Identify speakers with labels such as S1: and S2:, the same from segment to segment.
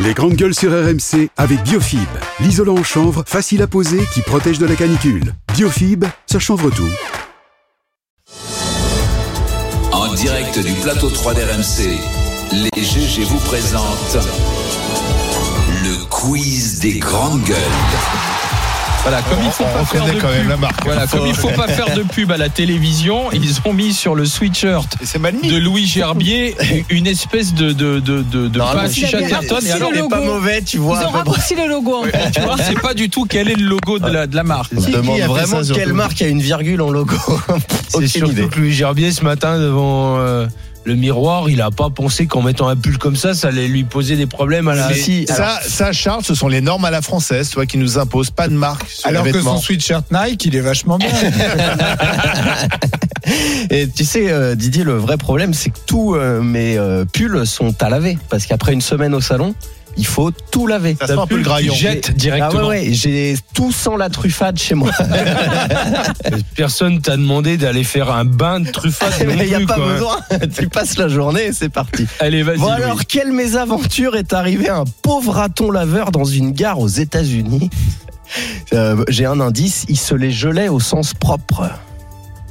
S1: Les grandes gueules sur RMC avec Biofib, l'isolant en chanvre facile à poser qui protège de la canicule. Biofib, ça chanvre tout.
S2: En direct du plateau 3 d'RMC, les GG vous présentent le quiz des grandes gueules.
S3: Voilà, comme il faut
S4: on
S3: pas faire de
S4: reconnaît quand même
S3: pub.
S4: la marque.
S3: Voilà,
S4: Faut-
S3: comme il faut pas faire de pub à la télévision, ils ont mis sur le sweatshirt
S4: Et c'est mal mis.
S3: de Louis Gerbier une espèce de de de de, de passe Chatterton et
S5: Si
S3: alors
S5: le
S6: n'est
S5: logo.
S6: pas mauvais, tu vois.
S5: Ils ont
S6: à peu près.
S5: raccourci le logo. en fait.
S3: tu vois, c'est pas du tout quel est le logo de la de la marque.
S6: Qui- qui
S4: demande
S6: a fait
S4: vraiment
S6: ça,
S4: quelle
S6: surtout.
S4: marque
S6: a une virgule en logo
S7: C'est
S6: Aucune
S7: surtout
S6: idée.
S7: que Louis Gerbier, ce matin, devant euh, le miroir, il a pas pensé qu'en mettant un pull comme ça, ça allait lui poser des problèmes à la.
S6: Mais si,
S4: Ça, ça, Charles, ce sont les normes à la française, tu vois, qui nous imposent pas de marque sur
S8: Alors
S4: les
S8: que
S4: vêtements.
S8: son sweatshirt Nike, il est vachement bien.
S6: Et tu sais, euh, Didier, le vrai problème, c'est que tous euh, mes euh, pulls sont à laver. Parce qu'après une semaine au salon, il faut tout laver.
S4: Ça sent un peu le graillon.
S7: jette
S6: Ah ouais,
S7: directement.
S6: ouais, j'ai tout sans la truffade chez moi.
S7: Personne t'a demandé d'aller faire un bain de truffade. non
S6: Mais il n'y a
S7: plus,
S6: pas
S7: quoi.
S6: besoin. tu passes la journée et c'est parti.
S7: Allez, vas-y.
S6: Bon
S7: Louis.
S6: alors, quelle mésaventure est arrivée à un pauvre raton laveur dans une gare aux États-Unis Euh, J'ai un indice, il se les gelait au sens propre.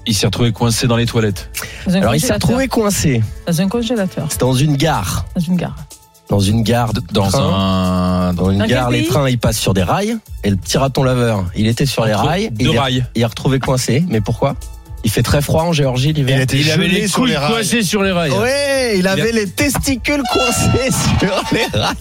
S7: Il s'est retrouvé coincé dans les toilettes.
S5: Dans un
S6: Alors il s'est
S5: congélateur.
S6: retrouvé coincé.
S5: dans un congélateur,
S6: C'est dans une gare.
S5: dans une gare.
S6: Dans une gare. de
S7: Dans
S6: train.
S7: un.
S6: Dans une
S5: Dans quel
S6: gare, les
S5: pays
S6: trains, ils passent sur des rails. Et le petit raton laveur, il était sur les rails. et
S7: Deux
S6: il, est-
S7: Ah, rails.
S6: il est retrouvé coincé. Mais pourquoi Il fait très froid en Géorgie
S4: Il
S6: l'hiver.
S4: était gelé sur les rails.
S7: coincés sur les rails.
S6: Ouais, il avait les testicules coincés sur les rails.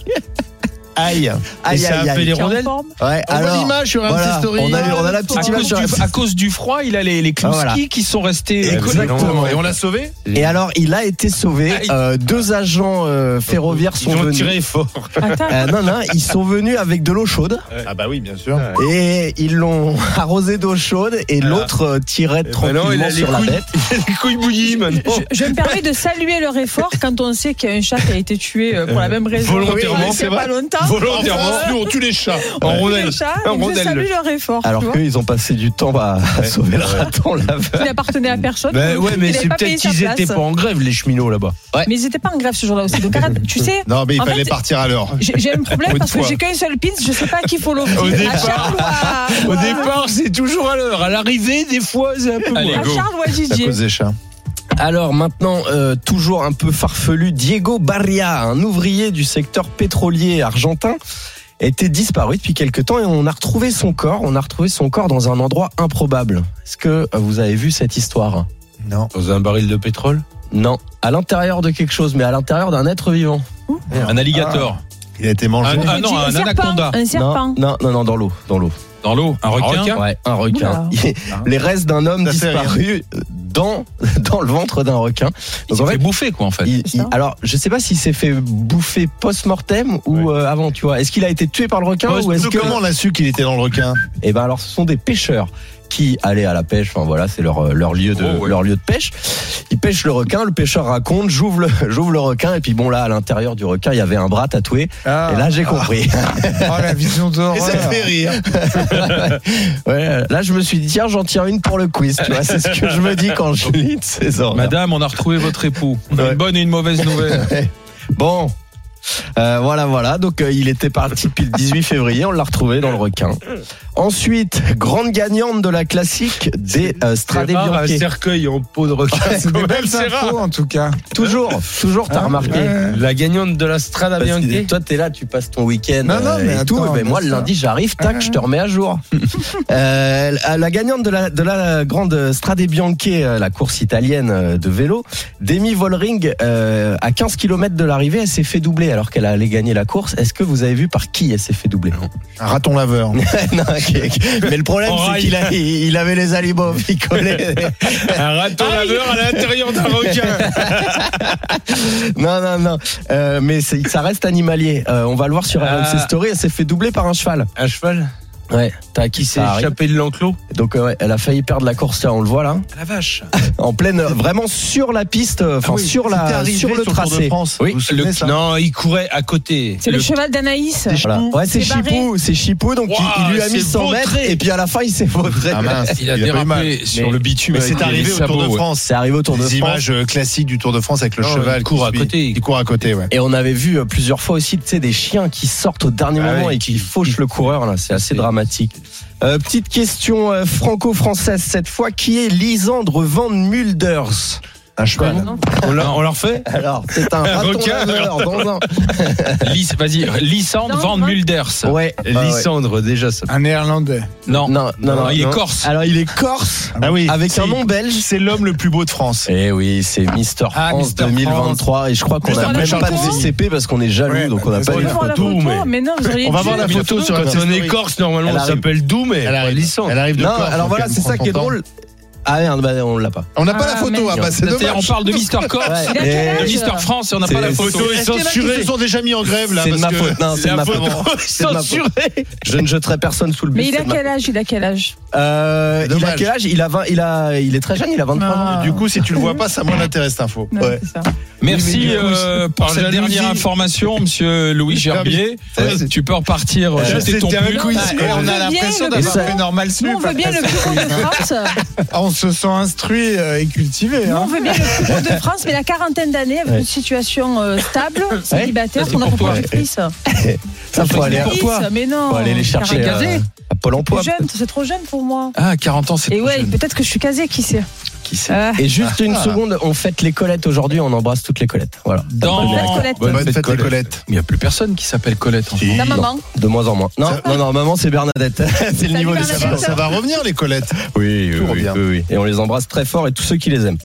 S4: Aïe.
S6: Aïe,
S7: ça a
S6: aïe,
S7: fait
S6: aïe.
S7: les
S5: Qui est en
S7: rondelles
S5: forme
S6: Ouais,
S4: Alors,
S6: alors.
S4: l'image sur
S6: voilà,
S4: RMC Story.
S6: on a, on a la
S3: À
S6: petite image
S3: cause,
S6: sur
S3: du, à cause du froid, il a les les clouskis
S6: Voilà.
S3: qui sont restés.
S7: Et-
S3: collés.
S6: Exactement.
S4: Et on l'a sauvé
S6: Et alors, il a été sauvé.
S7: Aïe.
S6: Euh, deux agents euh, ferroviaires sont
S7: Ils ont
S6: venus.
S7: tiré fort.
S5: Attends,
S6: Euh, non, non, ils sont venus avec de l'eau chaude
S4: Ah bah oui, bien sûr.
S6: et ils l'ont arrosé d'eau chaude et l'autre euh, tirait
S7: ben
S6: tranquillement sur la bête.
S7: les couilles bouillies maintenant.
S5: je, je me permets de saluer leur effort quand on sait qu'il y a un chat qui a été tué euh, pour la même raison.
S7: Volontairement,
S5: il y a
S4: c'est
S5: pas
S4: vrai.
S5: longtemps.
S7: Volontairement.
S4: Nous, on tue les chats.
S7: En rondelle.
S5: Le chat,
S7: En
S5: donc je
S7: rondelle,
S5: salue
S7: le-
S5: leur effort. tu
S6: Alors
S5: vois,
S6: qu'ils ont passé du temps à, à sauver le raton laveur.
S5: qui n'appartenait à personne.
S7: Ben
S5: donc
S7: ouais, mais
S5: il avait
S7: c'est
S5: pas
S7: peut-être
S5: payé sa
S7: qu'ils étaient
S5: place.
S7: pas en grève, les cheminots là-bas.
S5: Mais ils n'étaient pas en grève ce jour-là aussi. Donc arrête, tu sais,
S4: Non, mais il
S5: En
S4: fallait
S5: fait,
S4: partir à l'heure.
S5: j'ai j'ai un problème
S4: Pour une
S5: parce que
S4: fois.
S5: j'ai qu'un seul pins, je sais pas à qui faut l'offrir.
S7: Au
S5: À
S7: départ.
S5: Charles ou à,
S7: Au
S5: ou à-
S7: départ, c'est toujours à l'heure. À l'arrivée, des fois, c'est un peu
S3: Allez,
S7: moins.
S5: à Charles ou
S4: C'est
S5: à
S4: à
S5: Didier.
S4: cause des chats.
S6: Alors maintenant, euh, toujours un peu farfelu, Diego Barria, un ouvrier du secteur pétrolier argentin, était disparu depuis quelque temps et on a retrouvé son corps. On a retrouvé son corps dans un endroit improbable. Est-ce que euh, vous avez vu cette histoire
S4: Non.
S7: Dans un baril de pétrole
S6: Non, à l'intérieur de quelque chose, mais à l'intérieur d'un être vivant.
S3: Un alligator.
S4: Il a été mangé.
S3: Un- Ah non, un
S5: serpent,
S3: anaconda.
S5: Un serpent.
S6: Non, non, non, non, dans l'eau, dans l'eau.
S3: Dans l'eau. Un requin.
S6: Ouais, un Bah requin. Les restes d'un homme
S4: Ça fait
S6: disparu dans dans le ventre d'un requin.
S3: Il
S6: Donc,
S3: s'est
S6: en
S3: fait
S6: fait,
S3: bouffer, quoi, en fait.
S6: Il-
S5: C'est
S6: il-
S5: ça.
S6: alors, je sais pas s'il s'est fait bouffer post-mortem ou euh, avant, tu vois. Est-ce qu'il a été tué par le
S7: Ah,
S6: requin
S4: Post-
S6: ou est-ce
S4: Nous,
S6: que
S4: Comment on a su qu'il était dans le requin
S6: Eh ben alors, ce sont des pêcheurs qui allaient à la pêche. Enfin voilà, c'est leur euh, leur lieu de
S3: Oh, ouais.
S6: leur lieu de pêche. Ils pêchent le requin. Le pêcheur raconte. J'ouvre le j'ouvre le requin et puis bon là, à l'intérieur du requin, il y avait un bras tatoué.
S8: Ah,
S6: Et là, j'ai compris.
S8: oh, la vision
S4: Et ça
S8: d'horreur.
S4: fait rire.
S6: ouais, euh, là, je me suis dit tiens, j'en tire une pour le quiz. Tu vois, c'est ce que je me dis quand je lis de ces ordres.
S3: Madame, on a retrouvé votre époux. On a
S6: Ouais.
S3: une bonne et une mauvaise nouvelle.
S6: Bon. Euh, voilà, voilà. Donc, euh, il était parti depuis le 18 février. On l'a retrouvé dans le requin. Ensuite, grande gagnante de la classique des euh,
S7: un
S6: Stradivarius.
S7: cercueil en peau de requin.
S8: C'est des belles infos en tout cas.
S6: Toujours, toujours, t'as remarqué.
S8: ouais.
S7: La gagnante de la Strada
S6: Parce que
S7: Bianchi.
S6: toi, t'es là, tu passes ton week-end
S8: Non, non,
S6: euh,
S8: mais
S6: et tout.
S8: attends,
S6: mais moi, le
S8: bien sûr. Ah.
S6: lundi, j'arrive, tac,
S8: Ouais.
S6: je te remets à jour. Euh, la gagnante de la, de la grande Strade Bianche, euh, la course italienne euh, de vélo, Demi Vollering, euh, à 15 km de l'arrivée, elle s'est fait doubler alors qu'elle allait gagner la course. Est-ce que vous avez vu par qui elle s'est fait doubler
S4: Un raton laveur.
S6: Non, ok, ok. Mais le problème,
S7: En
S6: c'est
S7: rail.
S6: qu'il a- il il avait les alibos, il collait.
S7: Un raton
S4: Ah
S7: laveur à l'intérieur d'un requin.
S6: Non, non, non. Euh, mais c'est- ça reste animalier. Euh, on va le voir sur
S7: Ah.
S6: RMC Story. Elle s'est fait doubler par un cheval.
S7: Un cheval
S6: Ouais, t'as
S7: qui s'est
S6: ça arrive.
S7: échappé de l'enclos.
S6: Donc euh, ouais, elle a failli perdre la course là, on le voit là,
S7: La vache.
S6: en pleine, euh, vraiment sur la piste, euh, enfin
S4: Ah oui,
S6: sur
S4: c'était
S6: la,
S4: arrivé
S6: sur le
S4: sur le Tour de
S6: tracé.
S4: France.
S6: Oui.
S4: Vous vous souvenez, ça
S7: Non, il courait à côté.
S5: C'est le, cheval d'Anaïs.
S6: Voilà. Ouais, c'est
S5: C'est barré.
S6: Chipou, c'est Chipou, donc il-
S7: Waouh,
S6: il, lui a
S7: il
S6: mis
S7: s'est
S6: 100 mètres
S7: vautré.
S6: et puis à la fin il s'est vautré.
S4: Ah mince,
S7: Il a
S4: eu mal.
S7: dérapé sur
S6: Mais-
S7: le bitume.
S4: Mais
S7: avec
S4: c'est
S7: les
S4: arrivé au Tour
S7: sabots,
S4: de
S7: ouais.
S4: France.
S6: C'est arrivé au Tour de
S4: Les
S6: France.
S4: images euh, classiques du Tour de France avec le
S7: Non,
S4: cheval
S7: il court
S4: qui
S7: à
S4: suit.
S7: côté.
S4: Il court à côté, ouais.
S6: Et on avait vu euh, plusieurs fois aussi, tu sais, des chiens qui sortent au dernier
S7: Ah
S6: moment
S7: ouais,
S6: et qui fauchent le coureur. Là, c'est assez dramatique. Euh, petite question euh, franco-française cette fois. Qui est Lisandre Van Mulders
S4: Un cheval.
S7: On l'a- on l'a refait
S6: Alors, c'est un raton
S7: requin.
S6: laveur dans un.
S7: Lys- Vas-y, Lysandre
S5: Non,
S7: Van
S5: non.
S7: Mulders.
S6: Ouais. ah ouais.
S7: Lysandre, déjà, ça.
S8: Un néerlandais.
S7: Non,
S6: Non, non, non,
S7: il est
S6: non.
S7: corse.
S6: Alors, il est corse
S4: Ah oui.
S6: avec
S4: c'est-
S6: un nom belge.
S4: C'est l'homme le plus beau de France.
S6: Eh oui, c'est Mister
S8: Ah,
S6: France
S8: Mister
S6: 2023 et je crois qu'on
S8: Mister
S6: n'a même
S8: Mister
S6: pas de
S8: France.
S6: VCP parce qu'on est jaloux
S8: Ouais,
S6: donc
S8: bah,
S6: on n'a
S8: désolé.
S6: pas
S5: On
S6: les
S5: va voir la
S6: photos,
S5: photo,
S6: mais-
S5: mais non, vous auriez
S4: On va
S5: dû.
S4: voir la photo sur
S7: Quand on est corse, normalement,
S6: Elle
S7: on
S6: arrive.
S7: s'appelle Doom, mais
S4: Elle
S7: pas
S4: arrive,
S7: Lysandre.
S4: elle arrive de
S6: Non,
S4: Corse,
S6: alors
S4: donc
S6: voilà,
S4: elle
S6: c'est ça
S4: prend
S6: qui est
S4: son temps.
S6: drôle. Ah merde, bah, on l'a pas.
S4: On n'a pas
S5: Ah,
S4: la photo,
S5: merde.
S4: ah bah c'est
S7: C'est-à-dire, on
S4: dommage.
S7: parle de Mister Corse,
S6: Ouais.
S5: Il a
S6: Mais-
S5: quel
S7: de
S5: âge
S7: Mister France, et on n'a
S6: C'est-
S7: pas la photo.
S4: Est-ce qu'il y en a qui se sont déjà mis en grève là
S6: C'est de
S4: parce
S6: ma
S4: que-
S6: faute. Non, c'est de
S7: la
S6: ma faute.
S7: photo est
S6: C'est de ma faute.
S7: censurée.
S6: Je ne jetterai personne sous le bus.
S5: Mais il
S6: c'est
S5: a
S6: de ma-
S5: quel âge Il a quel âge
S6: Euh, il a
S4: Dommage.
S6: quel âge il a, 20, il a il est très jeune, il a 23 ans.
S4: Du coup, si tu le vois pas, ça moins l'intéresse cette info.
S6: Ah.
S5: Non, c'est ça.
S7: Merci
S4: du coup,
S7: euh,
S4: c'est
S7: pour cette
S4: la
S7: dernière
S4: limousine.
S7: information, monsieur Louis Gerbier.
S4: Ouais, c'est-
S7: Tu peux repartir euh,
S4: Je
S7: jeter ton
S4: sais,
S7: pull.
S4: c'était un quiz.
S5: Eh,
S8: on a l'impression d'avoir
S6: ça-
S8: fait normal sup.
S5: Nous, on veut bien le
S8: après
S5: plus
S8: ça.
S5: court de France.
S8: Ah, on se sent instruit euh, et cultivé.
S5: Nous, on
S8: Hein.
S5: veut bien le plus court de France, mais la quarantaine d'années avec une situation euh, stable, célibataire,
S7: c'est
S5: qu'on a
S7: pour toi.
S5: proposé actrice.
S6: Ça faut aller,
S5: Actrice, Mais non.
S6: faut aller les chercher
S5: quarantaine.
S6: euh, à Pôle Emploi.
S5: C'est jeune, c'est trop jeune pour moi.
S7: Ah, 40 ans, c'est
S5: Et
S7: trop
S5: ouais,
S7: jeune.
S5: peut-être que je suis casée, qui sait
S6: Qui sait
S5: Ah.
S6: Et juste une seconde, on fête les Colettes aujourd'hui, on embrasse toutes les Colettes. Voilà.
S7: Dans-
S5: Bonne fête, Colette.
S7: Bonne fête, Colette.
S4: Colette.
S7: Mais il n'y a plus personne qui s'appelle Colette. en fait.
S5: La maman.
S6: De moins en moins. Non, non, non, maman, c'est Bernadette. c'est le
S5: Salut,
S6: niveau des
S5: Bernadette.
S4: Ça va revenir les Colettes.
S6: Oui,
S4: oui,
S6: Et on les embrasse très fort et tous ceux qui les aiment.